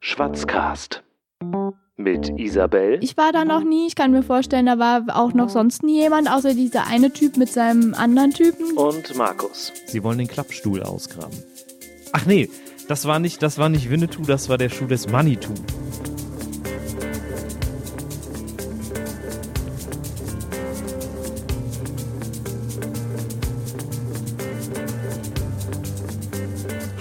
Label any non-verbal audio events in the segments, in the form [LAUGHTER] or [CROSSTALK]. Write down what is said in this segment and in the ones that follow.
Schwatzcast mit Isabel. Ich war da noch nie. Ich kann mir vorstellen, da war auch noch sonst nie jemand, außer dieser eine Typ mit seinem anderen Typen. und Markus. Sie wollen den Klappstuhl ausgraben. Ach nee, das war nicht, das war nicht Winnetou, das war der Schuh des Manitou.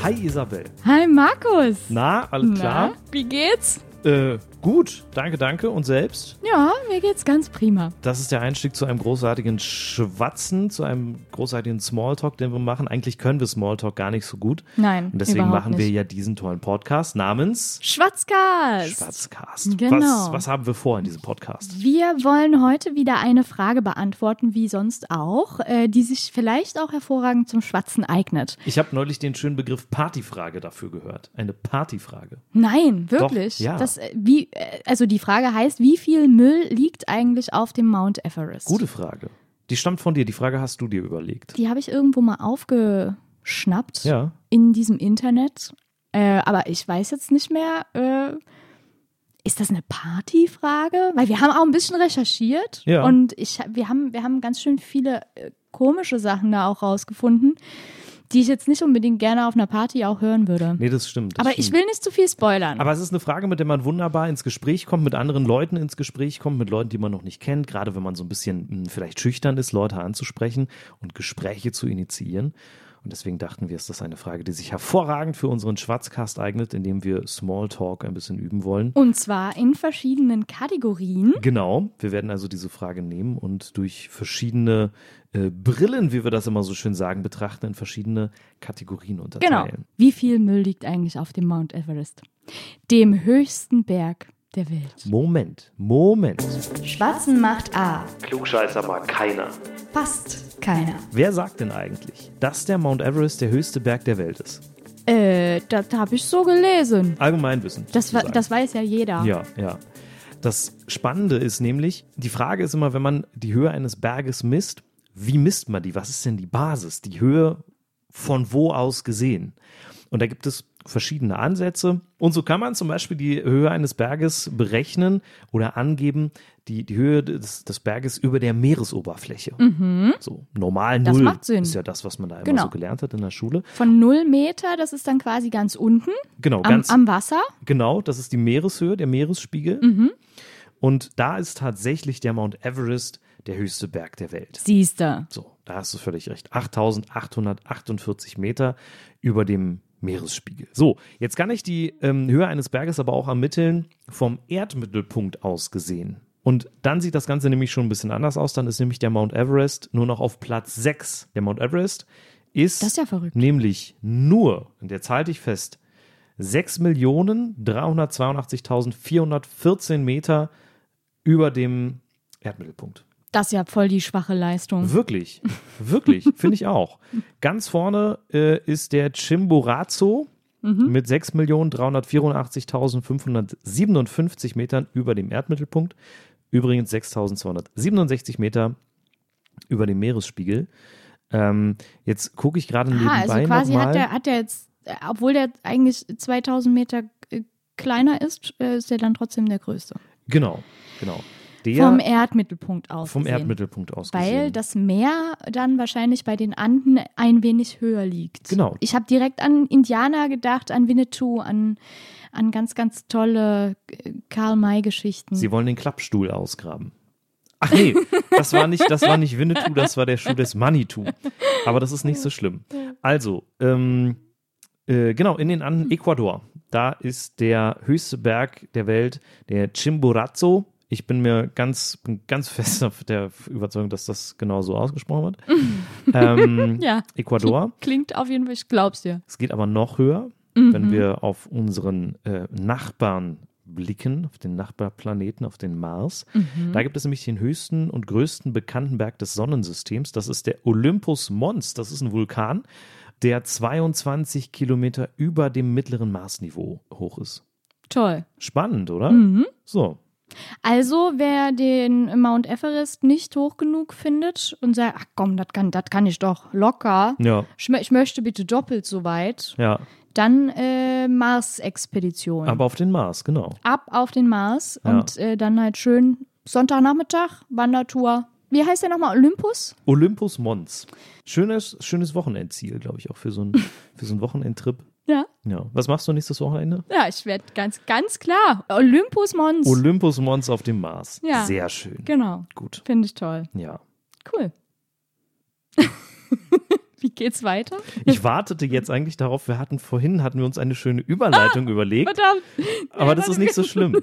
Hi Isabel. Hi, Markus. Na, alles klar? Na, wie geht's? Äh, gut, danke, danke. Und selbst? Ja, mir geht's ganz prima. Das ist der Einstieg zu einem großartigen Schwatzen, zu einem großartigen Smalltalk, den wir machen. Eigentlich können wir Smalltalk gar nicht so gut. Nein, Und deswegen Hm, überhaupt machen nicht. wir ja diesen tollen Podcast namens Schwatzkast. Schwarzcast. Genau. Was, was haben wir vor in diesem Podcast? Wir wollen heute wieder eine Frage beantworten, wie sonst auch, äh, die sich vielleicht auch hervorragend zum Schwatzen eignet. Ich habe neulich den schönen Begriff Partyfrage dafür gehört. Eine Partyfrage. Nein, wirklich. ja. das, äh, wie, äh, also die Frage heißt, wie viel Müll liegt eigentlich auf dem Mount Everest? Gute Frage. Die stammt von dir. Die Frage hast du dir überlegt. Die habe ich irgendwo mal aufgeschnappt Ja. in diesem Internet. Äh, aber ich weiß jetzt nicht mehr, äh, ist das eine Partyfrage? Weil wir haben auch ein bisschen recherchiert Ja. und ich, hab- wir, haben, wir haben ganz schön viele äh, komische Sachen da auch rausgefunden, die ich jetzt nicht unbedingt gerne auf einer Party auch hören würde. Nee, das stimmt. Das aber stimmt. ich will nicht zu viel spoilern. Aber es ist eine Frage, mit der man wunderbar ins Gespräch kommt, mit anderen Leuten ins Gespräch kommt, mit Leuten, die man noch nicht kennt, gerade wenn man so ein bisschen hm, vielleicht schüchtern ist, Leute anzusprechen und Gespräche zu initiieren. Und deswegen dachten wir, ist das eine Frage, die sich hervorragend für unseren Schwarzcast eignet, indem wir Smalltalk ein bisschen üben wollen. und zwar in verschiedenen Kategorien. Genau, wir werden also diese Frage nehmen und durch verschiedene äh, Brillen, wie wir das immer so schön sagen, betrachten, in verschiedene Kategorien Genau. unterteilen. Wie viel Müll liegt eigentlich auf dem Mount Everest? Dem höchsten Berg der Welt. Moment, Moment. Schwatzen macht A. Klugscheißer mag keiner. Fast keiner. Wer sagt denn eigentlich, dass der Mount Everest der höchste Berg der Welt ist? Äh, das habe ich so gelesen. Allgemeinwissen. Das, wa- sozusagen. das weiß ja jeder. Ja, ja. Das Spannende ist nämlich, die Frage ist immer, wenn man die Höhe eines Berges misst, wie misst man die? Was ist denn die Basis? Die Höhe von wo aus gesehen? Und da gibt es verschiedene Ansätze. Und so kann man zum Beispiel die Höhe eines Berges berechnen oder angeben, die, die Höhe des, des Berges über der Meeresoberfläche. So normal Mhm. Das Null macht Sinn. ist ja das, was man da immer Genau. so gelernt hat in der Schule. Von 0 Meter, das ist dann quasi ganz unten Genau, am, ganz am Wasser. Genau, das ist die Meereshöhe, der Meeresspiegel. Mhm. Und da ist tatsächlich der Mount Everest der höchste Berg der Welt. Siehste. So, da hast du völlig recht. 8848 Meter über dem Meeresspiegel. So, jetzt kann ich die ähm, Höhe eines Berges aber auch ermitteln vom Erdmittelpunkt aus gesehen. Und dann sieht das Ganze nämlich schon ein bisschen anders aus. Dann ist nämlich der Mount Everest nur noch auf Platz 6. Der Mount Everest ist, Das ist ja verrückt. nämlich nur, und jetzt halte ich fest, 6.382.414 Meter über dem Erdmittelpunkt. Das ist ja voll die schwache Leistung. Wirklich, [LAUGHS] wirklich, finde ich auch. Ganz vorne äh, ist der Chimborazo Mhm. mit 6.384.557 Metern über dem Erdmittelpunkt. Übrigens 6.267 Meter über dem Meeresspiegel. Ähm, jetzt gucke ich gerade nebenbei ah, also quasi nochmal. hat der, hat der jetzt, äh, obwohl der eigentlich 2000 Meter äh, kleiner ist, äh, ist der dann trotzdem der größte. Genau, genau. Der vom Erdmittelpunkt aus. vom gesehen. Erdmittelpunkt aus Weil gesehen. das Meer dann wahrscheinlich bei den Anden ein wenig höher liegt. Genau. Ich habe direkt an Indianer gedacht, an Winnetou, an, an ganz, ganz tolle äh, Karl-May-Geschichten. Sie wollen den Klappstuhl ausgraben. Ach [LAUGHS] nee, das war nicht, das war nicht Winnetou, das war der Schuh des Manitou. Aber das ist nicht so schlimm. Also, ähm, äh, genau, in den Anden Ecuador. Da ist der höchste Berg der Welt, der Chimborazo. Ich bin mir ganz, bin ganz fest [LAUGHS] auf der Überzeugung, dass das genau so ausgesprochen wird. [LAUGHS] ähm, Ja. Ecuador. Klingt auf jeden Fall, ich glaub's dir. Es geht aber noch höher, wenn wir auf unseren äh, Nachbarn blicken, auf den Nachbarplaneten, auf den Mars. Da gibt es nämlich den höchsten und größten bekannten Berg des Sonnensystems. Das ist der Olympus Mons. Das ist ein Vulkan, der 22 Kilometer über dem mittleren Marsniveau hoch ist. Toll. Spannend, oder? Mhm. So, Also, wer den Mount Everest nicht hoch genug findet und sagt, ach komm, das kann, das kann ich doch locker. ja, Ich, mö- ich möchte bitte doppelt so weit. ja. Dann äh, Mars-Expedition. Aber auf den Mars, genau. Ab auf den Mars Ja. und äh, dann halt schön Sonntagnachmittag, Wandertour. Wie heißt der nochmal? Olympus? Olympus Mons. Schönes, schönes Wochenendziel, glaube ich, auch für so einen, für so einen Wochenendtrip. Ja. Ja. Was machst du nächstes Wochenende? Ja, ich werde ganz, ganz klar. Olympus Mons. Olympus Mons auf dem Mars. Ja. Sehr schön. genau. Gut. Finde ich toll. Ja. Cool. [LAUGHS] Wie geht's weiter? Ich wartete jetzt eigentlich darauf, wir hatten vorhin hatten wir uns eine schöne Ah, Überleitung überlegt, Verdammt. aber das ist nicht so schlimm.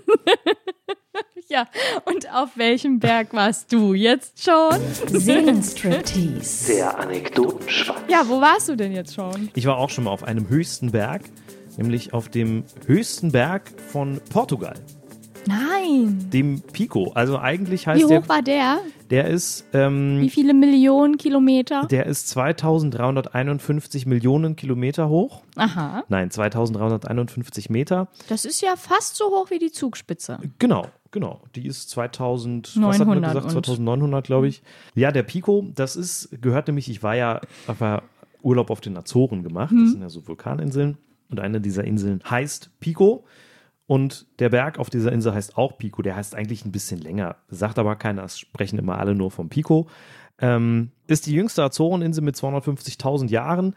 Ja. Und auf welchem Berg warst du jetzt schon? Seelenstriptease. Der Anekdotenschwanz. Ja, wo warst du denn jetzt schon? Ich war auch schon mal auf einem höchsten Berg, nämlich auf dem höchsten Berg von Portugal, Nein. dem Pico. Also eigentlich Wie heißt der, hoch war der? der ist, Wie ähm, viele Millionen Kilometer? der ist 2351 Millionen Kilometer hoch. Aha. Nein, 2351 Meter. Das ist ja fast so hoch wie die Zugspitze. Genau, genau. Die ist 2000, was hat man 900 gesagt? und- 2900, glaube ich. Ja, der Pico, das ist, gehört nämlich, ich war ja auf einer Urlaub auf den Azoren gemacht. Das sind ja so Vulkaninseln. Und eine dieser Inseln heißt Pico. Und der Berg auf dieser Insel heißt auch Pico. Der heißt eigentlich ein bisschen länger, sagt aber keiner. Es sprechen immer alle nur vom Pico. Ähm, ist die jüngste Azoreninsel mit 250.000 Jahren.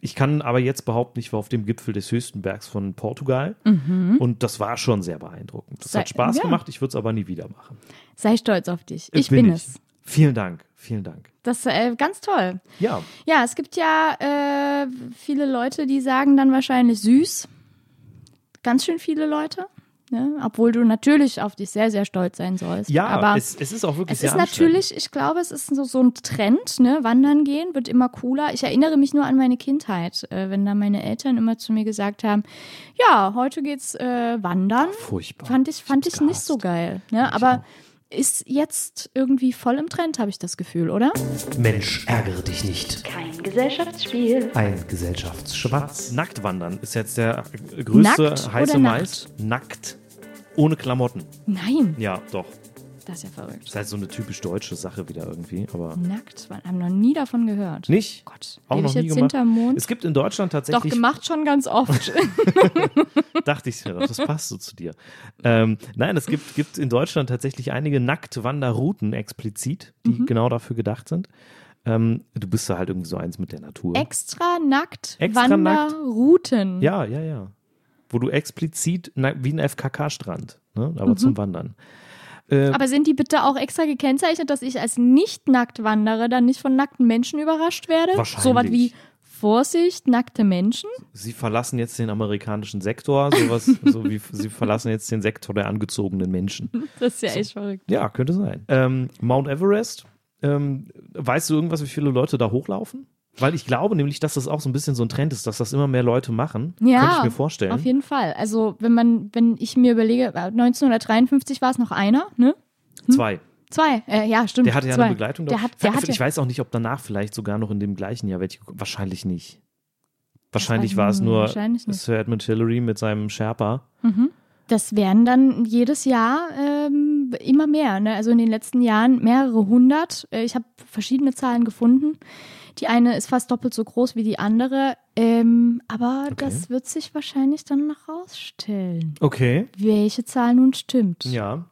Ich kann aber jetzt behaupten, ich war auf dem Gipfel des höchsten Bergs von Portugal. Und das war schon sehr beeindruckend. Das Mhm. Sei- hat Spaß ja. gemacht, ich würde es aber nie wieder machen. Sei stolz auf dich. Ich bin, es. Vielen Dank, vielen Dank. Das ist äh, ganz toll. Ja, Ja, es gibt ja äh, viele Leute, die sagen dann wahrscheinlich süß. Ganz schön viele Leute. Ne? Obwohl du natürlich auf dich sehr, sehr stolz sein sollst. ja aber es, es ist auch wirklich es sehr ist natürlich, ich glaube, es ist so, so ein Trend, ne? Wandern gehen wird immer cooler. Ich erinnere mich nur an meine Kindheit, äh, wenn da meine Eltern immer zu mir gesagt haben, ja, heute geht's äh, wandern. anstrengend. Furchtbar. Fand ich, fand hab's ich nicht so gehasst. geil. Ne? Aber ist jetzt irgendwie voll im Trend, habe ich das Gefühl, oder? Mensch, ärgere dich nicht. Kein Gesellschaftsspiel. Ein Gesellschaftsschwatz. Nacktwandern ist jetzt der größte Nackt heiße oder nackt? Mais. Nackt. Ohne Klamotten. Nein, Ja, doch. das ist ja verrückt. Das ist halt so eine typisch deutsche Sache wieder irgendwie, aber Nackt, man haben noch nie davon gehört. Oh nicht. Gott, Auch lebe noch ich nie jetzt gemacht. hinterm Mond? Es gibt in Deutschland Doch tatsächlich gemacht schon [LAUGHS] ganz oft. dachte ich mir, doch, das passt so [LAUGHS] zu dir. Ähm, nein, es gibt, gibt in Deutschland tatsächlich einige Nacktwanderrouten explizit, die Mhm. genau dafür gedacht sind. Ähm, du bist da halt irgendwie so eins mit der Natur. Extra nackt Extra Wanderrouten. ja, ja, ja. Wo du explizit, na, wie ein FKK-Strand, ne? Mhm. aber zum Wandern. Aber sind die bitte auch extra gekennzeichnet, dass ich als nicht nackt wandere, dann nicht von nackten Menschen überrascht werde? Wahrscheinlich. Sowas wie Vorsicht, nackte Menschen? Sie verlassen jetzt den amerikanischen Sektor, [LAUGHS] sowas, so wie sie verlassen jetzt den Sektor der angezogenen Menschen. Das ist ja echt verrückt. Ja, könnte sein. Ähm, Mount Everest, ähm, weißt du irgendwas, wie viele Leute da hochlaufen? Weil ich glaube nämlich, dass das auch so ein bisschen so ein Trend ist, dass das immer mehr Leute machen. Ja, Könnte ich mir vorstellen. Auf jeden Fall. Also, wenn man, wenn ich mir überlege, äh, 1953 war es noch einer, ne? Zwei. Zwei. Äh, ja, stimmt. Der hatte ja zwei. eine Begleitung. Der da. hat, der hat ich ja, weiß auch nicht, ob danach vielleicht sogar noch in dem gleichen Jahr welche. Wahrscheinlich nicht. Wahrscheinlich weiß war es ich nur wahrscheinlich nicht. Sir Edmund Hillary mit seinem Sherpa. das wären dann jedes Jahr ähm, immer mehr. Ne? Also in den letzten Jahren mehrere hundert. Äh, Ich habe verschiedene Zahlen gefunden. Die eine ist fast doppelt so groß wie die andere. Ähm, aber das wird sich wahrscheinlich dann noch rausstellen, Okay. welche Zahl nun stimmt. Ja.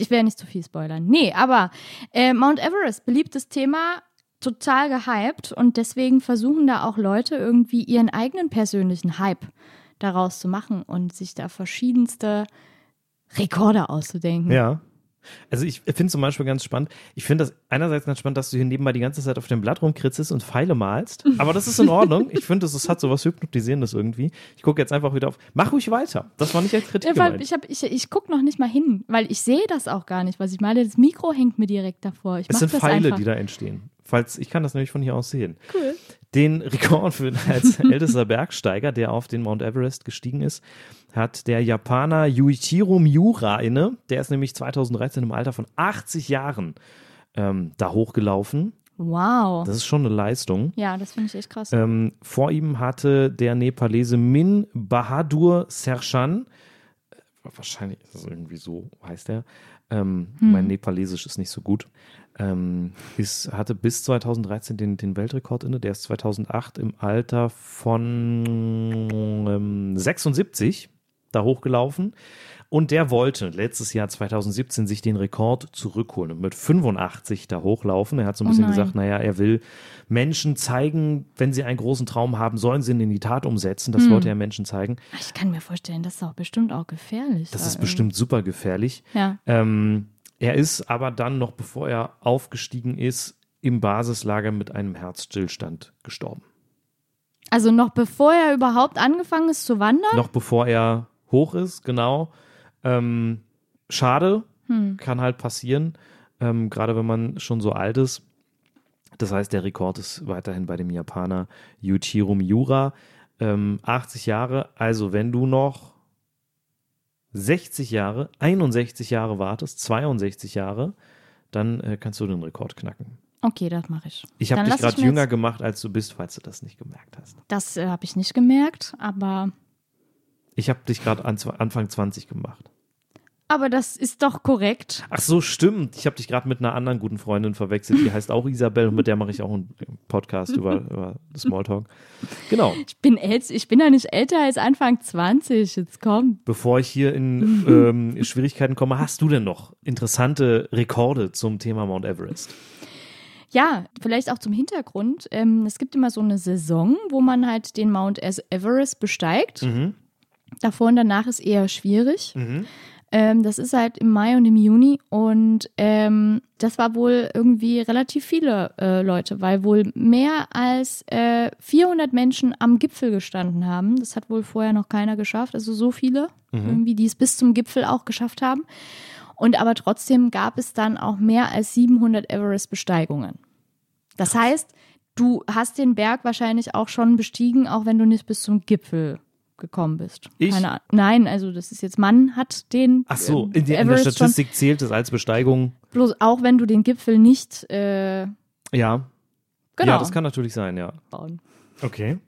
Ich werde nicht zu viel spoilern. Nee, aber äh, Mount Everest, beliebtes Thema, total gehypt und deswegen versuchen da auch Leute irgendwie ihren eigenen persönlichen Hype daraus zu machen und sich da verschiedenste Rekorde auszudenken. Ja. Also ich finde zum Beispiel ganz spannend, ich finde das einerseits ganz spannend, dass du hier nebenbei die ganze Zeit auf dem Blatt rumkritzelst und Pfeile malst, aber das ist in Ordnung. Ich finde, das, das hat sowas Hypnotisierendes irgendwie. Ich gucke jetzt einfach wieder auf, mach ruhig weiter. Das war nicht als Kritik Ja, Äh, weil gemeint. ich hab- ich, ich gucke noch nicht mal hin, weil ich sehe das auch gar nicht, was ich male. Das Mikro hängt mir direkt davor. Ich es mach sind das Pfeile, einfach. die da entstehen. Falls, ich kann das nämlich von hier aus sehen. Cool. Den Rekord für [LAUGHS] als ältester Bergsteiger, der auf den Mount Everest gestiegen ist, hat der Japaner Yuichiro Miura inne. Der ist nämlich 2013 im Alter von 80 Jahren ähm, da hochgelaufen. Wow. Das ist schon eine Leistung. ja, das finde ich echt krass. Ähm, vor ihm hatte der Nepalese Min Bahadur Serchan, äh, wahrscheinlich ist es irgendwie so heißt er, ähm, mein Nepalesisch ist nicht so gut, ähm, ist, hatte bis 2013 den, den Weltrekord inne. Der ist 2008 im Alter von ähm, 76 da hochgelaufen. Und der wollte letztes Jahr 2017 sich den Rekord zurückholen und mit 85 da hochlaufen. Er hat so ein Oh bisschen nein. gesagt, naja, er will Menschen zeigen, wenn sie einen großen Traum haben, sollen sie ihn in die Tat umsetzen. Hm. Das wollte er Menschen zeigen. Ach, Ich kann mir vorstellen, das ist auch bestimmt auch gefährlich. Das da ist bestimmt super gefährlich. irgendwie. Ja. Ähm, er ist aber dann noch, bevor er aufgestiegen ist, im Basislager mit einem Herzstillstand gestorben. Also noch bevor er überhaupt angefangen ist zu wandern. Noch bevor er hoch ist, genau. Ähm, schade, Hm. kann halt passieren, ähm, gerade wenn man schon so alt ist. Das heißt, der Rekord ist weiterhin bei dem Japaner Yuichiro Miura. Ähm, 80 Jahre, also wenn du noch 60 Jahre, 61 Jahre wartest, 62 Jahre, dann äh, kannst du den Rekord knacken. Okay, das mache ich. Ich habe Dann dich lass gerade mir jünger jetzt- gemacht, als du bist, falls du das nicht gemerkt hast. Das äh, habe ich nicht gemerkt, aber Ich habe dich gerade an, Anfang 20 gemacht. aber das ist doch korrekt. Ach so, stimmt. Ich habe dich gerade mit einer anderen guten Freundin verwechselt. Die heißt auch Isabel und mit der mache ich auch einen Podcast über, [LAUGHS] über Smalltalk. Genau. Ich bin älter, ich bin ja nicht älter als Anfang 20. Jetzt komm. Bevor ich hier [LAUGHS] in ähm, Schwierigkeiten komme, hast du denn noch interessante Rekorde zum Thema Mount Everest? Ja, vielleicht auch zum Hintergrund. Ähm, es gibt immer so eine Saison, wo man halt den Mount Everest besteigt. Mhm. Davor und danach ist eher schwierig. Ähm, das ist halt im Mai und im Juni und ähm, das war wohl irgendwie relativ viele äh, Leute, weil wohl mehr als äh, 400 Menschen am Gipfel gestanden haben. Das hat wohl vorher noch keiner geschafft, also so viele, irgendwie, die es bis zum Gipfel auch geschafft haben. Und aber trotzdem gab es dann auch mehr als 700 Everest-Besteigungen. Das heißt, du hast den Berg wahrscheinlich auch schon bestiegen, auch wenn du nicht bis zum Gipfel gekommen bist. Ich? Keine Ah- Nein, also das ist jetzt, Mann hat den Ach so, in, ähm, der- in der Everest Statistik zählt es als Besteigung. Schon, bloß auch wenn du den Gipfel nicht äh, Ja. genau Ja, das kann natürlich sein, ja. bauen. Okay.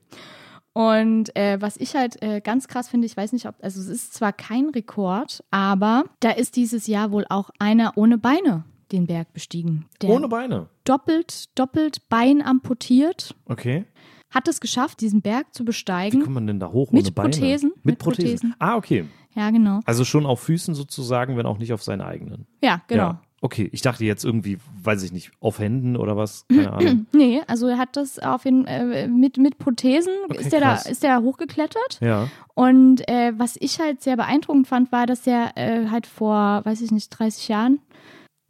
Und äh, was ich halt äh, ganz krass finde, ich weiß nicht, ob, also es ist zwar kein Rekord, aber da ist dieses Jahr wohl auch einer ohne Beine den Berg bestiegen. Der Ohne Beine. doppelt, doppelt Bein amputiert, Okay. hat es geschafft, diesen Berg zu Wie besteigen. kommt man denn da hoch Mit ohne Beine? Prothesen, Mit, mit Prothesen. Prothesen. Ah, okay. Ja, genau. Also schon auf Füßen sozusagen, wenn auch nicht auf seinen eigenen. Ja, genau. Ja. Okay, ich dachte jetzt irgendwie, weiß ich nicht, auf Händen oder [CLEARS THROAT] was, keine Ahnung. Nee, also er hat das auf jeden äh, mit, mit Prothesen Okay, ist der krass. da ist der hochgeklettert. Ja, Und äh, was ich halt sehr beeindruckend fand, war, dass er äh, halt vor, weiß ich nicht, 30 Jahren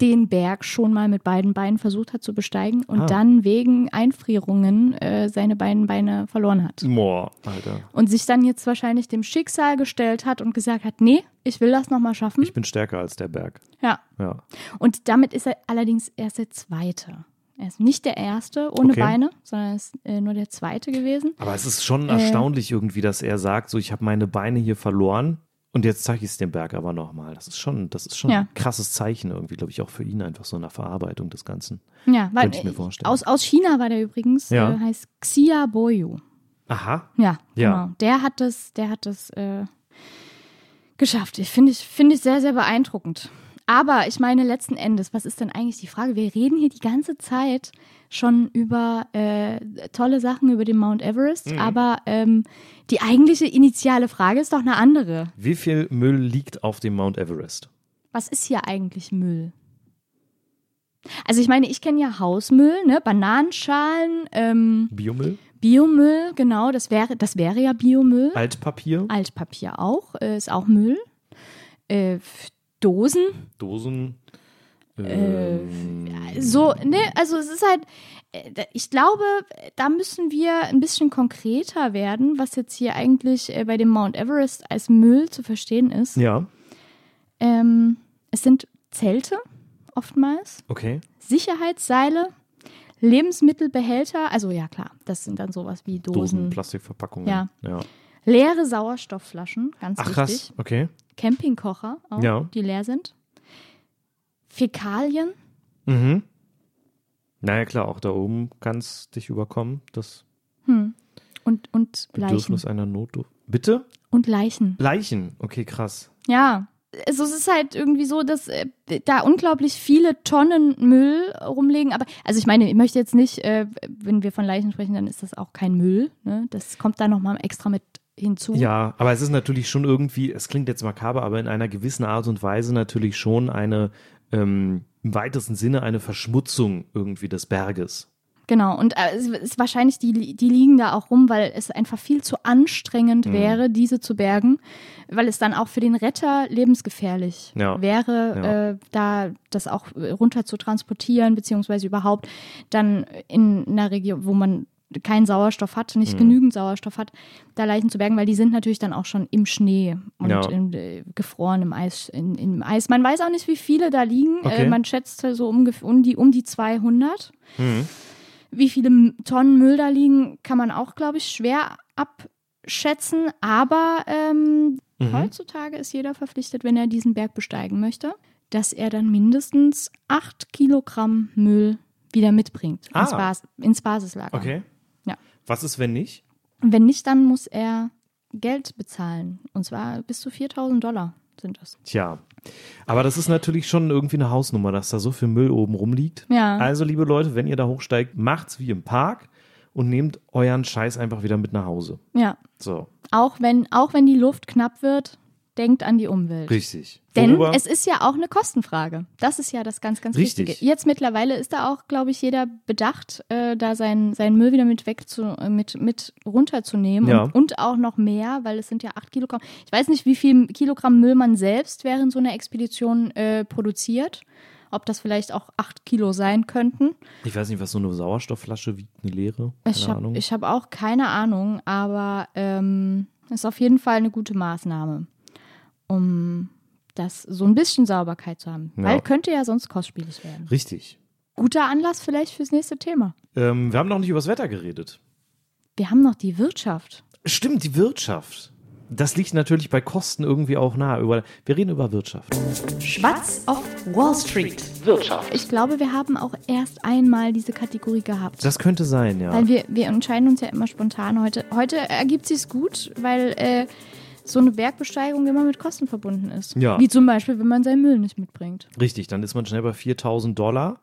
den Berg schon mal mit beiden Beinen versucht hat zu besteigen und Ah. dann wegen Einfrierungen äh, seine beiden Beine verloren hat. Moor, Alter. Und sich dann jetzt wahrscheinlich dem Schicksal gestellt hat und gesagt hat, nee, ich will das nochmal schaffen. Ich bin stärker als der Berg. ja. Ja. Und damit ist er allerdings erst der Zweite. Er ist nicht der Erste ohne Okay. Beine, sondern er ist äh, nur der Zweite gewesen. Aber es ist Äh. schon erstaunlich irgendwie, dass er sagt, so ich habe meine Beine hier verloren und jetzt zeige ich es dem Berg aber nochmal. Das ist schon, das ist schon Ja. ein krasses Zeichen irgendwie, glaube ich, auch für ihn einfach so eine Verarbeitung des Ganzen. Ja, weil Könnte ich mir vorstellen. Aus, aus China war der übrigens, Ja. äh, heißt Xia Boyu. Aha. Ja, Ja. genau. Der hat das, der hat das äh, geschafft. Ich finde ich, finde ich sehr, sehr beeindruckend. Aber ich meine, letzten Endes, was ist denn eigentlich die Frage? Wir reden hier die ganze Zeit schon über äh, tolle Sachen über den Mount Mhm. Everest, aber ähm, die eigentliche initiale Frage ist doch eine andere. Wie viel Müll liegt auf dem Mount Everest? Was ist hier eigentlich Müll? Also ich meine, ich kenne ja Hausmüll, ne? Bananenschalen, ähm, Biomüll? Biomüll, genau, das wäre, das wäre ja Biomüll. Altpapier? Altpapier auch, äh, ist auch Müll. Äh, F- Dosen, Dosen? Äh, ähm, so, ne, also es ist halt, äh, da- ich glaube, da müssen wir ein bisschen konkreter werden, was jetzt hier eigentlich äh, bei dem Mount Everest als Müll zu verstehen ist. ja, Ähm, es sind Zelte oftmals, okay. Sicherheitsseile, Lebensmittelbehälter, also ja klar, das sind dann sowas wie Dosen, Dosen, Plastikverpackungen. Ja. ja. leere Sauerstoffflaschen, ganz Ach wichtig. krass, okay. Campingkocher auch, Ja. die leer sind. Fäkalien, Mhm. Naja, klar, auch da oben kann es dich überkommen, das Hm. Und, und Leichen. Bedürfnis einer Notdurft. Bitte? Und Leichen. Leichen, okay, krass. Ja. also es ist halt irgendwie so, dass äh, da unglaublich viele Tonnen Müll rumliegen. Aber also ich meine, ich möchte jetzt nicht, äh, wenn wir von Leichen sprechen, dann ist das auch kein Müll. Ne? Das kommt da nochmal extra mit hinzu. Ja, aber es ist natürlich schon irgendwie, es klingt jetzt makaber, aber in einer gewissen Art und Weise natürlich schon eine, ähm, im weitesten Sinne eine Verschmutzung irgendwie des Berges. Genau, und äh, es ist wahrscheinlich, die, die liegen da auch rum, weil es einfach viel zu anstrengend Mhm. wäre, diese zu bergen, weil es dann auch für den Retter lebensgefährlich Ja. wäre, Ja. Äh, da das auch äh, runter zu transportieren, beziehungsweise überhaupt dann in einer Region, wo man keinen Sauerstoff hat, Mhm. nicht genügend Sauerstoff hat, da Leichen zu bergen, weil die sind natürlich dann auch schon im Schnee und Ja. im, äh, gefroren im Eis, in, im Eis. Man weiß auch nicht, wie viele da liegen. Okay. Äh, man schätzt so ungefähr um die, um die 200. Wie viele M- Tonnen Müll da liegen, kann man auch, glaube ich, schwer abschätzen. Aber ähm, Mhm. heutzutage ist jeder verpflichtet, wenn er diesen Berg besteigen möchte, dass er dann mindestens 8 Kilogramm Müll wieder mitbringt Ah. ins, Bas ins Basislager. Okay. Ja. Was ist, wenn nicht? Und wenn nicht, dann muss er Geld bezahlen. Und zwar bis zu 4000 Dollar sind das. Tja. Aber das ist natürlich schon irgendwie eine Hausnummer, dass da so viel Müll oben rumliegt. Ja. Also, liebe Leute, wenn ihr da hochsteigt, macht's wie im Park und nehmt euren Scheiß einfach wieder mit nach Hause. Ja. So. Auch wenn, auch wenn die Luft knapp wird, denkt an die Umwelt. Richtig. Denn Worüber- es ist ja auch eine Kostenfrage. Das ist ja das ganz, ganz Richtig. Wichtige. Jetzt mittlerweile ist da auch, glaube ich, jeder bedacht, äh, da seinen, seinen Müll wieder mit weg zu, äh, mit, mit runterzunehmen Ja. und, und auch noch mehr, weil es sind ja acht Kilogramm. Ich weiß nicht, wie viel Kilogramm Müll man selbst während so einer Expedition äh, produziert. Ob das vielleicht auch acht Kilo sein könnten. ich weiß nicht, was so eine Sauerstoffflasche wiegt, eine leere. Keine Ich Ahnung. habe hab auch keine Ahnung, aber ähm, ist auf jeden Fall eine gute Maßnahme, um das so ein bisschen Sauberkeit zu haben. Ja. Weil könnte ja sonst kostspielig werden. Richtig. Guter Anlass vielleicht fürs nächste Thema. Ähm, wir haben noch nicht über das Wetter geredet. Wir haben noch die Wirtschaft. Stimmt, die Wirtschaft. Das liegt natürlich bei Kosten irgendwie auch nahe. Über, wir reden über Wirtschaft. Schwarz auf Wall Street. Wirtschaft. Ich glaube, wir haben auch erst einmal diese Kategorie gehabt. Das könnte sein, ja. Weil wir, wir entscheiden uns ja immer spontan heute. Heute ergibt sich's gut, weil äh, so eine Bergbesteigung immer mit Kosten verbunden ist. Ja. Wie zum Beispiel, wenn man seinen Müll nicht mitbringt. Richtig, dann ist man schnell bei 4000 Dollar.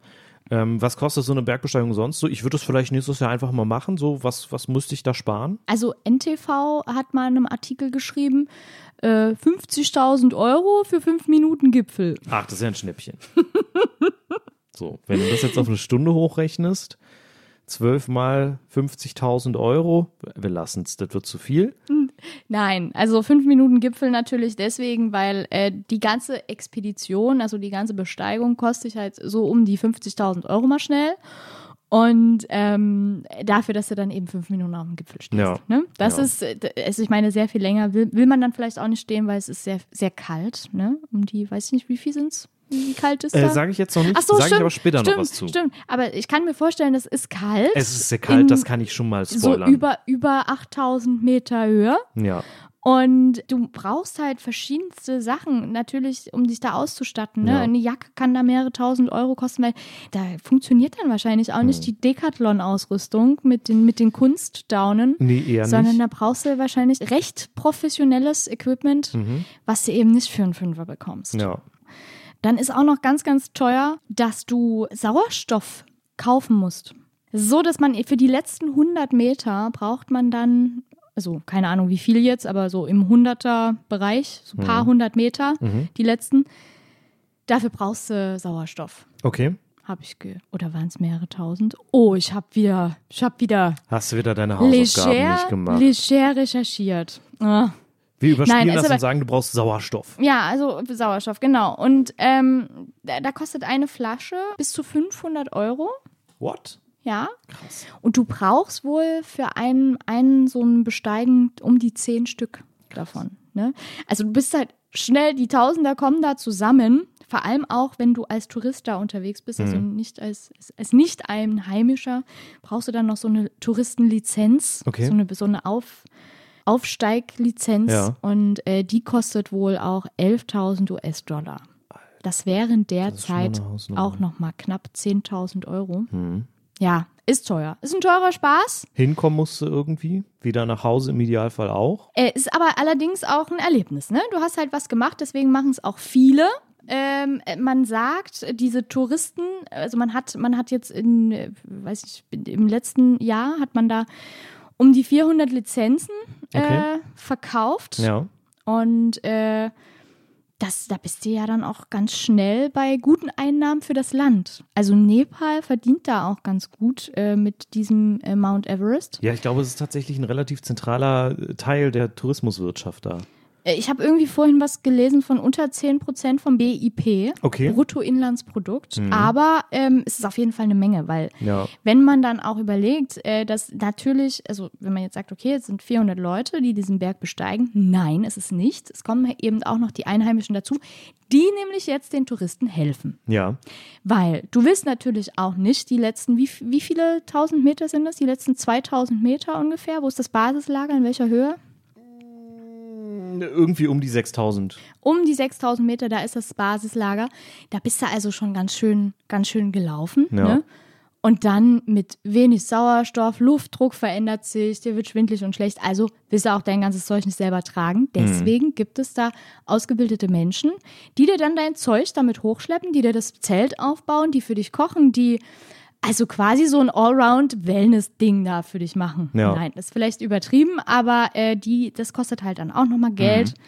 Ähm, was kostet so eine Bergbesteigung sonst? So, ich würde das vielleicht nächstes Jahr einfach mal machen. So, was, was müsste ich da sparen? Also NTV hat mal in einem Artikel geschrieben, äh, 50.000 Euro für fünf Minuten Gipfel. Ach, das ist ja ein Schnäppchen. [LAUGHS] so, wenn du das jetzt auf eine Stunde hochrechnest, 12 mal 50.000 Euro, wir lassen es, das wird zu viel. Nein, also fünf Minuten Gipfel natürlich deswegen, weil äh, die ganze Expedition, also die ganze Besteigung kostet halt so um die 50.000 Euro mal schnell. Und ähm, dafür, dass du dann eben fünf Minuten auf dem Gipfel stehst. Ja. Ne? Das Ja. ist, äh, d- also ich meine, sehr viel länger will, will man dann vielleicht auch nicht stehen, weil es ist sehr, sehr kalt. Ne? Um die, weiß ich nicht, wie viel sind es? Wie kalt ist Äh, da? Sage ich jetzt noch nicht, Ach so, sage stimmt, ich aber später stimmt, noch was zu. Stimmt, aber ich kann mir vorstellen, das ist kalt. Es ist sehr kalt, In- das kann ich schon mal so spoilern. über, über 8000 Meter Höhe. ja. Und du brauchst halt verschiedenste Sachen, natürlich, um dich da auszustatten. Ne? Ja. Eine Jacke kann da mehrere tausend Euro kosten, weil da funktioniert dann wahrscheinlich auch Hm. nicht die Decathlon-Ausrüstung mit den, mit den Kunstdaunen. Nee, eher sondern Hm, nicht. da brauchst du wahrscheinlich recht professionelles Equipment, was du eben nicht für einen Fünfer bekommst. Mhm. Ja. Dann ist auch noch ganz, ganz teuer, dass du Sauerstoff kaufen musst. So, dass man für die letzten 100 Meter braucht man dann, also keine Ahnung wie viel jetzt, aber so im 100er Bereich, so ein paar Mhm. hundert Meter, die letzten. Dafür brauchst du Sauerstoff. Okay. Habe ich ge. Oder waren es mehrere tausend? Oh, ich habe wieder, ich habe wieder Hast du wieder deine Hausaufgaben nicht leger, gemacht. leger recherchiert. Ah. Wir überspielen Nein, ist das und aber- sagen, du brauchst Sauerstoff. Ja, also Sauerstoff, genau. Und ähm, da, da kostet eine Flasche bis zu 500 Euro. What? Ja. Krass. Und du brauchst wohl für einen, einen so einen Besteigen um die zehn Stück davon. Ne? Also du bist halt schnell, die Tausender kommen da zusammen. Vor allem auch, wenn du als Tourist da unterwegs bist, also Mhm. nicht als, als nicht ein Heimischer, brauchst du dann noch so eine Touristenlizenz, Okay. so eine, so eine Auf, Aufsteiglizenz. Ja. Und äh, die kostet wohl auch 11.000 US-Dollar. Das wären Das ist schon mal derzeit eine Hausnummer. Mhm. auch noch mal knapp 10.000 Euro. Ja, ist teuer. Ist ein teurer Spaß. Hinkommen musst du irgendwie, wieder nach Hause im Idealfall auch. Äh, ist aber allerdings auch ein Erlebnis, ne? Du hast halt was gemacht, deswegen machen es auch viele. Ähm, äh, man sagt, äh, diese Touristen, also man hat, man hat jetzt in, äh, weiß ich, im letzten Jahr hat man da um die 400 Lizenzen äh, Okay. verkauft. Ja. Und äh, das, da bist du ja dann auch ganz schnell bei guten Einnahmen für das Land. Also Nepal verdient da auch ganz gut äh, mit diesem äh, Mount Everest. Ja, ich glaube, es ist tatsächlich ein relativ zentraler äh, Teil der Tourismuswirtschaft da. Äh, ich habe irgendwie vorhin was gelesen von unter 10% vom BIP, Okay. Mhm. Bruttoinlandsprodukt. Aber ähm, es ist auf jeden Fall eine Menge, weil Ja. wenn man dann auch überlegt, äh, dass natürlich, also wenn man jetzt sagt, okay, es sind 400 Leute, die diesen Berg besteigen, nein, es ist nicht. Es kommen eben auch noch die Einheimischen dazu, die nämlich jetzt den Touristen helfen. Ja. Weil du willst natürlich auch nicht die letzten, wie, wie viele tausend Meter sind das? Die letzten 2000 Meter ungefähr? Wo ist das Basislager? In welcher Höhe? Irgendwie um die 6000. Um die 6000 Meter, da ist das Basislager. Da bist du also schon ganz schön, ganz schön gelaufen. Ja. Ne? Und dann mit wenig Sauerstoff, Luftdruck verändert sich, dir wird schwindelig und schlecht. Also willst du auch dein ganzes Zeug nicht selber Mhm. tragen. Deswegen gibt es da ausgebildete Menschen, die dir dann dein Zeug damit hochschleppen, die dir das Zelt aufbauen, die für dich kochen, die also quasi so ein Allround-Wellness-Ding da für dich machen. Ja. Nein, das ist vielleicht übertrieben, aber äh, die, das kostet halt dann auch nochmal Geld. Mhm.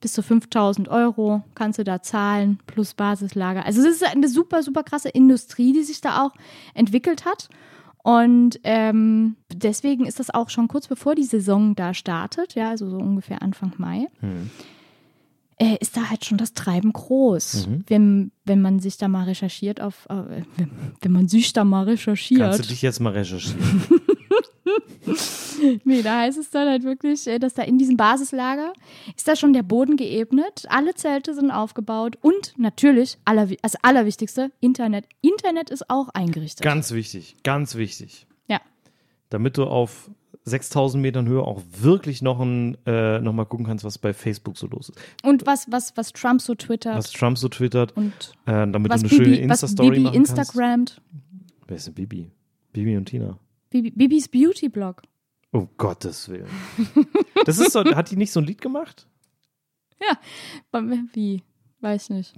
Bis zu 5000 Euro kannst du da zahlen, plus Basislager. Also es ist eine super, super krasse Industrie, die sich da auch entwickelt hat. Und ähm, deswegen ist das auch schon kurz bevor die Saison da startet, ja, also so ungefähr Anfang Mai, Mhm. äh, ist da halt schon das Treiben groß. Mhm. Wenn, wenn man sich da mal recherchiert auf, äh, wenn, wenn man sich da mal Kannst du recherchiert, dich jetzt mal [LAUGHS] recherchieren? nee, da heißt es dann halt wirklich, äh, dass da in diesem Basislager ist da schon der Boden geebnet, alle Zelte sind aufgebaut und natürlich, aller, das Allerwichtigste, Internet. Internet ist auch eingerichtet. ganz wichtig, ganz wichtig. ja. Damit du auf 6000 Metern Höhe auch wirklich noch, ein, äh, noch mal gucken kannst, was bei Facebook so los ist. Und was, was, was Trump so twittert Was Trump so twittert, und äh, damit was du eine schöne Bibi, was Insta-Story Bibi machen kannst. Instagrammt. Wer ist denn Bibi? Bibi und Tina. Bibi, Bibis Beauty-Blog. Oh Gottes Willen. Das ist so, hat die nicht so ein Lied gemacht? Wie? Weiß nicht.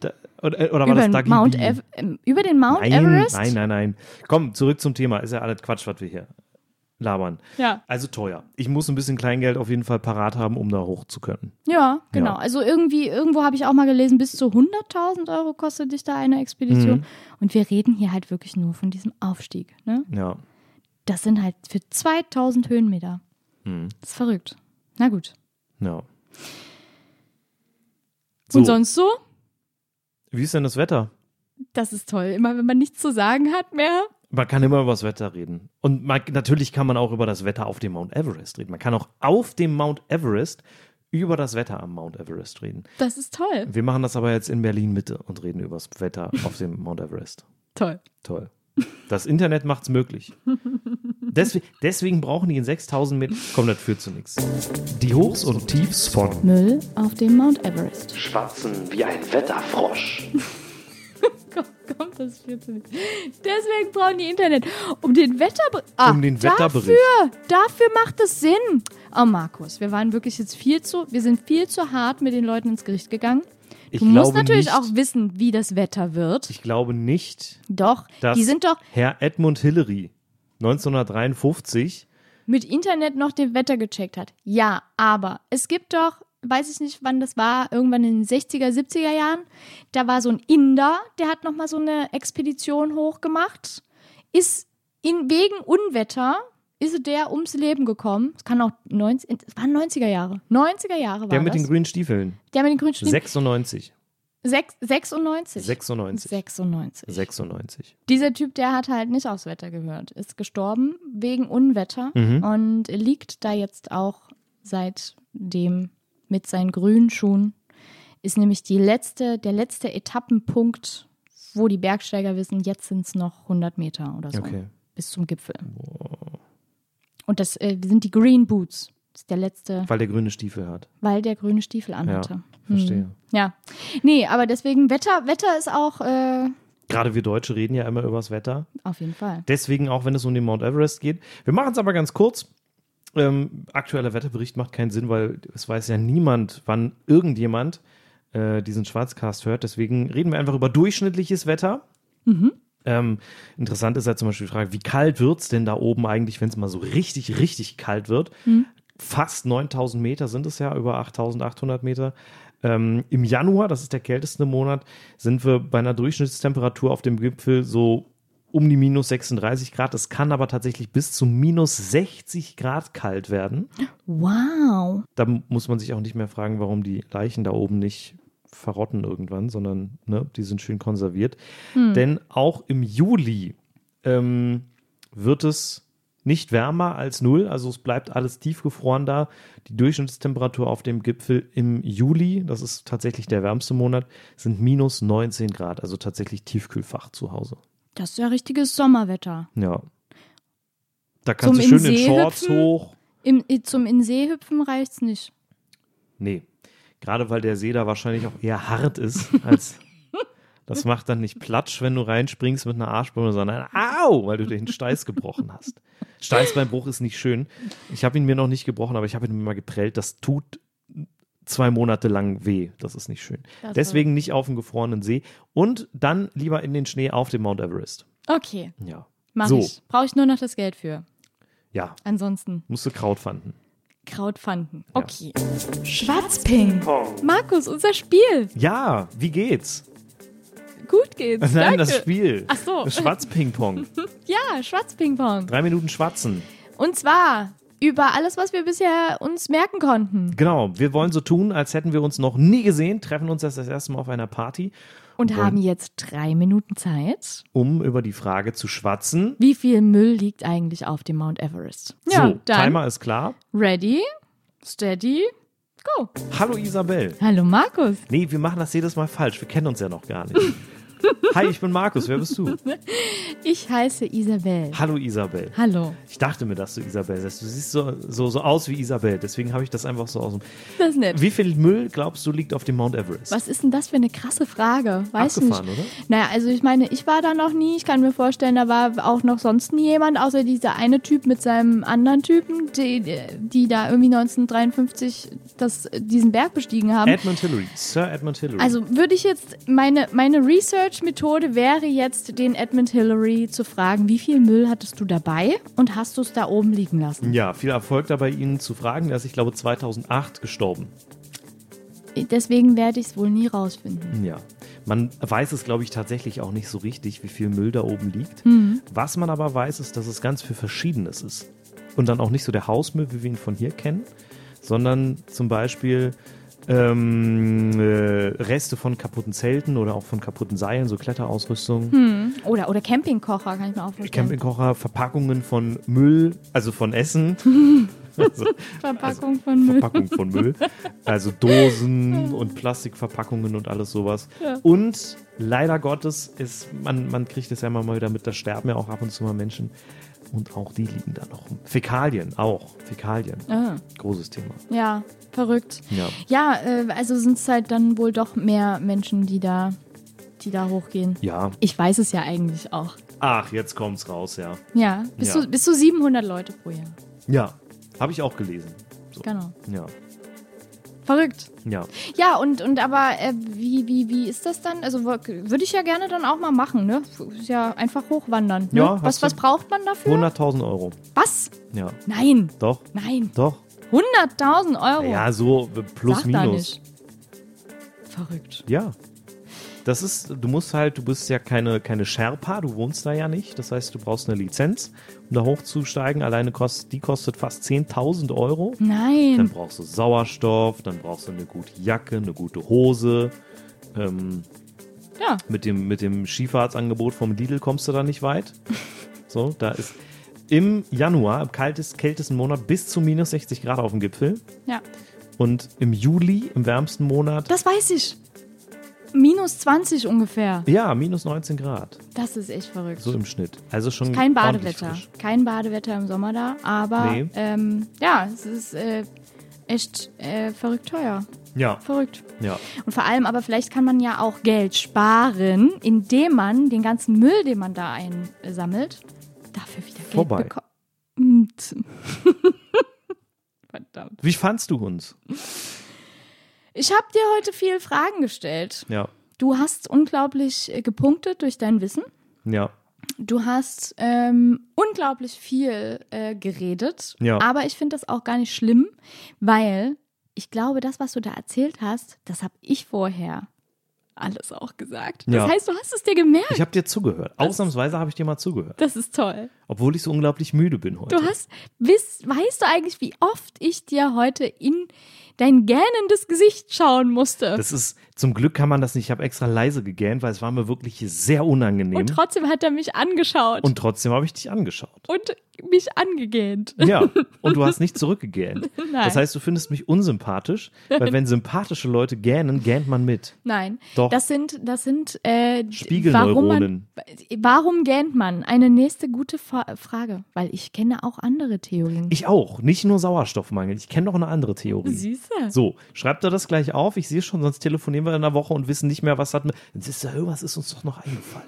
Da- Oder, oder war Über, das den Dagi Mount Bee? Ev ähm, über den Mount nein, Everest? Nein, nein, nein. Komm, zurück zum Thema. Ist ja alles Quatsch, was wir hier labern. Ja. Also teuer. Ich muss ein bisschen Kleingeld auf jeden Fall parat haben, um da hoch zu können. ja, genau. Ja. Also irgendwie, irgendwo habe ich auch mal gelesen, bis zu 100.000 Euro kostet dich da eine Expedition. Mhm. Und wir reden hier halt wirklich nur von diesem Aufstieg. Ne? Ja. Das sind halt für 2000 Höhenmeter. Mhm. Das ist verrückt. Na gut. Ja. Und sonst so? Wie ist denn das Wetter? Das ist toll. Immer wenn man nichts zu sagen hat mehr. Man kann immer über das Wetter reden. Und man, natürlich kann man auch über das Wetter auf dem Mount Everest reden. Man kann auch auf dem Mount Everest über das Wetter am Mount Everest reden. Das ist toll. Wir machen das aber jetzt in Berlin Mitte und reden über das Wetter auf dem Mount Everest. Toll. Toll. Das Internet macht's möglich. Deswegen, deswegen brauchen die in 6000 Metern. Komm, das führt zu nichts. Die Hochs und Tiefs von Müll auf dem Mount Everest. Schwatzen wie ein Wetterfrosch. Komm, komm, das führt zu nichts. Deswegen brauchen die Internet. Um den Wetterbericht. Ah, Um den Wetterbericht. Dafür, dafür macht es Sinn. Oh, Markus, wir waren wirklich jetzt viel zu, wir sind viel zu hart mit den Leuten ins Gericht gegangen. Du Ich musst glaube natürlich nicht- auch wissen, wie das Wetter wird. Ich glaube nicht, Doch, dass die sind doch Herr Edmund Hillary 1953 mit Internet noch dem Wetter gecheckt hat. Ja, aber es gibt doch, weiß ich nicht, wann das war, irgendwann in den 60er, 70er Jahren, da war so ein Inder, der hat nochmal so eine Expedition hochgemacht, ist in, wegen Unwetter, ist der ums Leben gekommen. Es kann auch 90, es waren 90er Jahre. 90er Jahre war Der mit das. den grünen Stiefeln. der mit den grünen Stiefeln. 96. Sechs- 96. 96. 96. 96. Dieser Typ, der hat halt nicht aufs Wetter gehört, ist gestorben wegen Unwetter Mhm. und liegt da jetzt auch seitdem mit seinen grünen Schuhen. Ist nämlich die letzte, der letzte Etappenpunkt, wo die Bergsteiger wissen, jetzt sind es noch 100 Meter oder so Okay. bis zum Gipfel. Und das äh, sind die Green Boots. Das ist der letzte, Weil der grüne Stiefel hat. weil der grüne Stiefel anhatte. Ja, verstehe. Ja. Nee, aber deswegen Wetter, Wetter ist auch äh, Gerade wir Deutsche reden ja immer über das Wetter. Auf jeden Fall. Deswegen auch, wenn es um den Mount Everest geht. Wir machen es aber ganz kurz. Ähm, aktueller Wetterbericht macht keinen Sinn, weil es weiß ja niemand, wann irgendjemand äh, diesen Schwarzcast hört. Deswegen reden wir einfach über durchschnittliches Wetter. Ähm, interessant ist ja zum Beispiel die Frage, wie kalt wird es denn da oben eigentlich, wenn es mal so richtig, richtig kalt wird? Fast 9000 Meter sind es ja, über 8800 Meter. Ähm, Im Januar, das ist der kälteste Monat, sind wir bei einer Durchschnittstemperatur auf dem Gipfel so um die minus 36 Grad. Es kann aber tatsächlich bis zu minus 60 Grad kalt werden. Wow. Da muss man sich auch nicht mehr fragen, warum die Leichen da oben nicht verrotten irgendwann, sondern ne, die sind schön konserviert. Hm. Denn auch im Juli ähm, wird es nicht wärmer als null, also es bleibt alles tiefgefroren da. Die Durchschnittstemperatur auf dem Gipfel im Juli, das ist tatsächlich der wärmste Monat, sind minus 19 Grad, also tatsächlich Tiefkühlfach zu Hause. Das ist ja richtiges Sommerwetter. Ja. Da kannst Zum du im schön in See Shorts hüpfen? hoch. Im, i- zum in See hüpfen reicht's nicht. Nee. Gerade weil der See da wahrscheinlich auch eher hart ist als. [LAUGHS] Das macht dann nicht Platsch, wenn du reinspringst mit einer Arschbombe, sondern au, weil du den Steiß gebrochen hast. Steißbeinbruch ist nicht schön. Ich habe ihn mir noch nicht gebrochen, aber ich habe ihn mir mal geprellt. Das tut zwei Monate lang weh. Das ist nicht schön. Das Deswegen nicht auf dem gefrorenen See und dann lieber in den Schnee auf dem Mount Everest. Okay, Ja. mach So. ich. Brauche ich nur noch das Geld für. Ja, Ansonsten musst du Kraut fanden. Krautpfanden. Okay. Schwarzping. Markus, unser Spiel. Ja, wie geht's? Gut geht's. Nein, danke. das Spiel. Ach so. Das Schwarzping-Pong. Ja, Schwarzpingpong. Drei Minuten Schwatzen. Und zwar über alles, was wir bisher uns merken konnten. Genau, wir wollen so tun, als hätten wir uns noch nie gesehen, treffen uns erst das erste Mal auf einer Party, Und haben jetzt drei Minuten Zeit. um über die Frage zu schwatzen. Wie viel Müll liegt eigentlich auf dem Mount Everest? Ja, so, dann Timer ist klar. ready, steady, go. Hallo Isabel. Hallo Markus. Nee, wir machen das jedes Mal falsch, wir kennen uns ja noch gar nicht. [LAUGHS] Hi, ich bin Markus, wer bist du? Ich heiße Isabel. Hallo Isabel. Hallo. Ich dachte mir, dass du Isabel sagst. Du siehst so, so, so aus wie Isabel, deswegen habe ich das einfach so aus dem... Das ist nett. Wie viel Müll glaubst du liegt auf dem Mount Everest? Was ist denn das für eine krasse Frage? Weiß ich Abgefahren, nicht. Naja, also ich meine, ich war da noch nie. Ich kann mir vorstellen, da war auch noch sonst nie jemand, außer dieser eine Typ mit seinem anderen Typen, die, die da irgendwie 1953 das, diesen Berg bestiegen haben. Edmund Hillary, Sir Edmund Hillary. also würde ich jetzt, meine, meine Research-Methode wäre jetzt, den Edmund Hillary zu fragen, wie viel Müll hattest du dabei und hast du es da oben liegen lassen? ja, viel Erfolg dabei, ihn zu fragen. Er ist, ich glaube, 2008 gestorben. Hm. Deswegen werde ich es wohl nie rausfinden. Ja, man weiß es, glaube ich, tatsächlich auch nicht so richtig, wie viel Müll da oben liegt. Was man aber weiß, ist, dass es ganz viel Verschiedenes ist. Und dann auch nicht so der Hausmüll, wie wir ihn von hier kennen, sondern zum Beispiel ähm, äh, Reste von kaputten Zelten oder auch von kaputten Seilen, so Kletterausrüstung, Oder, oder Campingkocher, kann ich mir auch vorstellen. Campingkocher, Verpackungen von Müll, also von Essen. also, Verpackung von Müll. Verpackung von Müll. Also [LAUGHS] Dosen und Plastikverpackungen und alles sowas. Und leider Gottes ist, man, man kriegt es ja immer mal wieder mit, da sterben ja auch ab und zu mal Menschen. Und auch die liegen da noch. rum. Fäkalien, auch. Fäkalien. Ah. Großes Thema. Ja, verrückt. Ja. Ja, äh, also sind es halt dann wohl doch mehr Menschen, die da, die da hochgehen. Ja. Ich weiß es ja eigentlich auch. Ach, jetzt kommt's raus, ja. Ja, bis, Ja. Zu, bis zu 700 Leute pro Jahr. Ja. Habe ich auch gelesen. So. Genau. Ja. Verrückt. Ja. Ja, und, und aber äh, wie, wie, wie ist das dann? Also wo- würde ich ja gerne dann auch mal machen, ne? Ist ja einfach hochwandern. Ne? Ja, hast was, du- was braucht man dafür? 100.000 Euro. was? Ja. Nein, Doch. nein. Doch. 100.000 Euro. Ja, so plus Oh. Sag da minus. nicht. Verrückt. Ja. Das ist, du musst halt, du bist ja keine, keine Sherpa, du wohnst da ja nicht. Das heißt, du brauchst eine Lizenz, um da hochzusteigen. Alleine kostet, die kostet fast 10.000 Euro. Dann Nein. brauchst du Sauerstoff, dann brauchst du eine gute Jacke, eine gute Hose. Ähm, Ja. mit dem, mit dem Skifahrtsangebot vom Lidl kommst du da nicht [LAUGHS] weit. So, da ist im Januar, im kaltest, kältesten Monat, bis zu minus 60 Grad auf dem Gipfel. Ja. Und im Juli, im wärmsten Monat, Das weiß ich. Minus 20 ungefähr. ja, minus 19 Grad. Das ist echt verrückt. So im Schnitt. Also schon Kein ordentlich Badewetter. frisch. Kein Badewetter im Sommer da, aber Nee. ähm, ja, es ist äh, echt äh, verrückt teuer. Ja. Verrückt. Ja. Und vor allem, aber vielleicht kann man ja auch Geld sparen, indem man den ganzen Müll, den man da einsammelt, dafür wieder Geld Vorbei. bekommt. [LAUGHS] Verdammt. Wie fandst du uns? Ich habe dir heute viel Fragen gestellt. Ja. Du hast unglaublich äh, gepunktet durch dein Wissen. Ja. Du hast ähm, unglaublich viel äh, geredet, Ja. aber ich finde das auch gar nicht schlimm, weil ich glaube, das, was du da erzählt hast, das habe ich vorher alles auch gesagt. Das Ja. heißt, du hast es dir gemerkt. Ich habe dir zugehört. Ausnahmsweise habe ich dir mal zugehört. Das ist toll. Obwohl ich so unglaublich müde bin heute. Du hast, wisst, weißt du eigentlich, wie oft ich dir heute in dein gähnendes Gesicht schauen musste? das ist, zum Glück kann man das nicht. Ich habe extra leise gegähnt, weil es war mir wirklich sehr unangenehm. Und trotzdem hat er mich angeschaut Und trotzdem habe ich dich angeschaut. und mich angegähnt. Ja, und du hast nicht zurückgegähnt. [LAUGHS] Nein. Das heißt, du findest mich unsympathisch, weil wenn sympathische Leute gähnen, gähnt man mit. Nein. Doch. Das sind, das sind äh, d- warum, man, Spiegelneuronen. warum gähnt man? Eine nächste gute Fa Frage, weil ich kenne auch andere Theorien. Ich auch, nicht nur Sauerstoffmangel. Ich kenne noch eine andere Theorie. Süße. So, schreibt er das gleich auf. Ich sehe schon, sonst telefonieren wir in einer Woche und wissen nicht mehr, was hat. Das ist ja irgendwas ist uns doch noch eingefallen.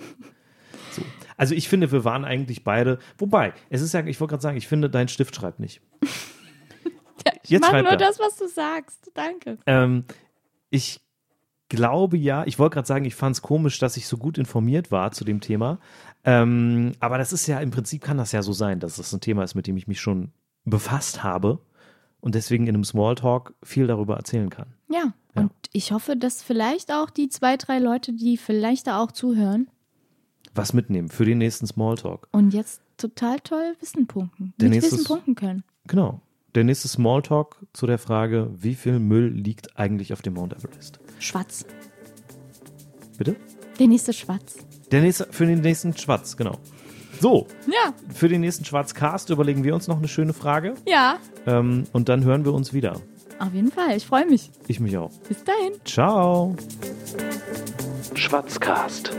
So. Also ich finde, wir waren eigentlich beide. Wobei, es ist ja, ich wollte gerade sagen, ich finde, dein Stift schreibt nicht. [LAUGHS] ich jetzt mach schreibt nur er. das, was du sagst. Danke. Ähm, ich glaube ja, ich wollte gerade sagen, ich fand es komisch, dass ich so gut informiert war zu dem Thema. Ähm, aber das ist ja, im Prinzip kann das ja so sein, dass das ein Thema ist, mit dem ich mich schon befasst habe und deswegen in einem Smalltalk viel darüber erzählen kann. Ja. Ja. Und ich hoffe, dass vielleicht auch die zwei, drei Leute, die vielleicht da auch zuhören Was mitnehmen für den nächsten Smalltalk. und jetzt total toll Wissen punkten. Der mit nächste Wissen ist- punkten können. Genau. Der nächste Smalltalk zu der Frage, wie viel Müll liegt eigentlich auf dem Mount Everest? Schwarz. Bitte? Der nächste Schwarz. Der nächste, für den nächsten Schwarz, genau. So, Ja. für den nächsten Schwarzcast überlegen wir uns noch eine schöne Frage Ja. ähm, und dann hören wir uns wieder. Auf jeden Fall. Ich freue mich. Ich mich auch. Bis dahin. Ciao. Schwatzcast.